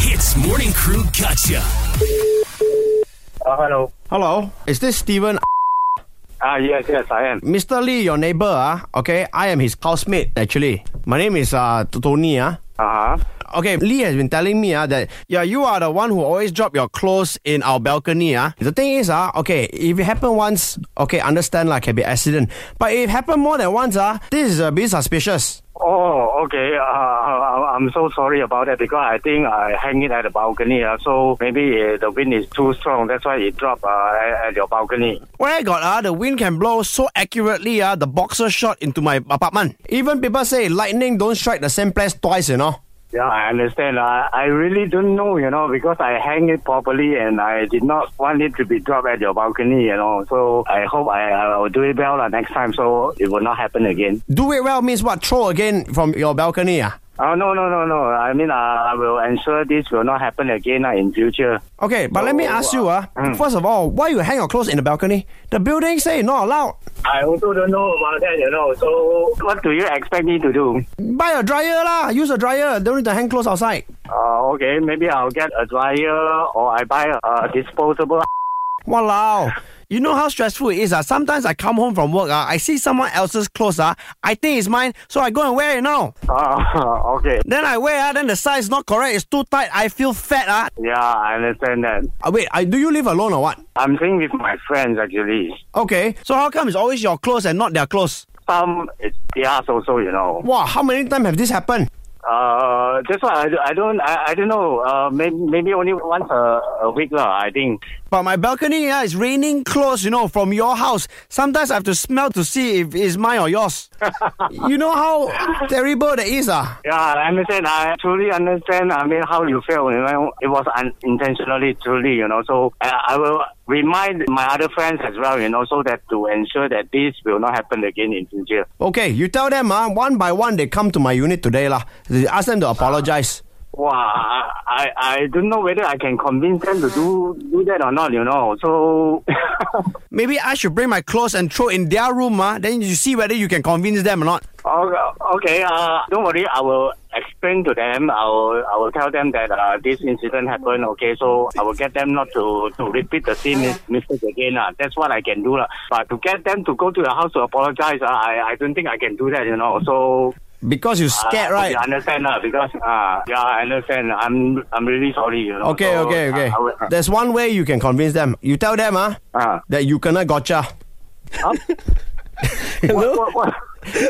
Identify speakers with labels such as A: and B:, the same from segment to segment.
A: This morning crew gotcha.
B: Uh, hello.
C: Hello, is this Steven?
B: Ah, yes, yes, I am.
C: Mr. Lee, your neighbor, ah? okay? I am his housemate, actually. My name is uh, T- Tony, ah.
B: Uh huh.
C: Okay, Lee has been telling me ah, that yeah, you are the one who always drop your clothes in our balcony. Ah. The thing is, ah, okay, if it happened once, okay, understand like can be accident. But if it happened more than once, ah, this is a bit suspicious.
B: Oh, okay. Uh, I- I'm so sorry about that because I think I hang it at the balcony. Uh, so maybe uh, the wind is too strong. That's why it dropped uh, at, at your balcony.
C: Where God, ah, the wind can blow so accurately, ah, the boxer shot into my apartment. Even people say lightning don't strike the same place twice, you know.
B: Yeah, I understand. I, I really don't know, you know, because I hang it properly and I did not want it to be dropped at your balcony, you know. So I hope I, I will do it well uh, next time so it will not happen again.
C: Do it well means what? Throw again from your balcony, ah.
B: Oh, no, no, no, no. I mean, uh, I will ensure this will not happen again uh, in future.
C: Okay, but let me
B: Oh,
C: ask you, uh,
B: mm.
C: first of all, why you hang your clothes in the balcony? The building say not allowed.
B: I also don't know about that, you know. So, what do you expect me to do?
C: Buy a dryer lah. Use a dryer. Don't need to hang clothes outside.
B: Uh, okay, maybe I'll get a dryer or I buy a, a disposable.
C: Wow. You know how stressful it is. Uh. Sometimes I come home from work, uh, I see someone else's clothes. Uh, I think it's mine, so I go and wear it now.
B: Uh, okay,
C: Then I wear, uh, then the size not correct. It's too tight. I feel fat. Uh.
B: yeah, I understand that.
C: Uh, wait, I, do you live alone or what?
B: I'm staying with my friends actually.
C: Okay, so how come it's always your clothes and not their clothes?
B: Some it's theirs also, you know.
C: Wow, how many times have this happened?
B: Uh, that's why I, do- I don't I, I don't know. Uh, maybe, maybe only once a, a week lah. I think.
C: But my balcony yeah, is raining clothes, you know, from your house. Sometimes I have to smell to see if it's mine or yours. you know how terrible that is, ah?
B: Yeah, I understand. I truly understand. I mean, how you feel. You know, it was unintentionally, truly. You know, so I, I will remind my other friends as well. You know, so that to ensure that this will not happen again in future.
C: Okay, you tell them, ah, one by one they come to my unit today, lah. They Ask them to apologize.
B: Wow, I, I I don't know whether I can convince them to do do that or not. You know, so
C: Maybe I should bring my clothes and throw in their room, ah. Then you see whether you can convince them or not.
B: okay, okay. Uh, don't worry. I will explain to them. I will I will tell them that uh, this incident happened. Okay, so I will get them not to, to repeat the same mis- mistake again. Uh. That's what I can do. lah. But to get them to go to the house to apologize, uh, I I don't think I can do that. You know, so.
C: Because you scared,
B: uh,
C: right?
B: I understand uh, because uh, yeah, I understand. I'm I'm really sorry. You know.
C: Okay,
B: so,
C: okay,
B: uh,
C: okay.
B: I will- uh,
C: There's one way you can convince them. You tell them, ah,
B: uh,
C: that you cannot gotcha.
B: Huh?
C: Hello?
B: what, what,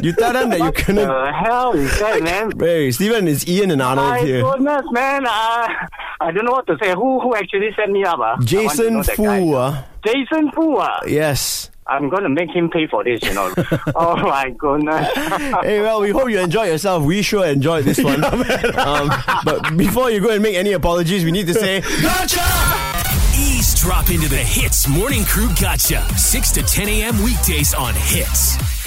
C: You tell them that you
B: what
C: cannot.
B: the hell is that, man?
C: Hey, Steven, it's Ian and Arnold
B: Uh, My
C: here.
B: goodness, man! I I don't know what to say. Who who actually set me up? ah? I want to
C: Jason
B: know that guy.
C: Fu, ah.
B: Jason Fu. ah?
C: Yes.
B: I'm gonna make him pay for this, you know. oh my goodness!
C: hey, well, we hope you enjoy yourself. We sure enjoyed this one. um, but before you go and make any apologies, we need to say
A: Ease drop into the Hits morning crew gotcha. 6 to 10 a.m. weekdays on Hits.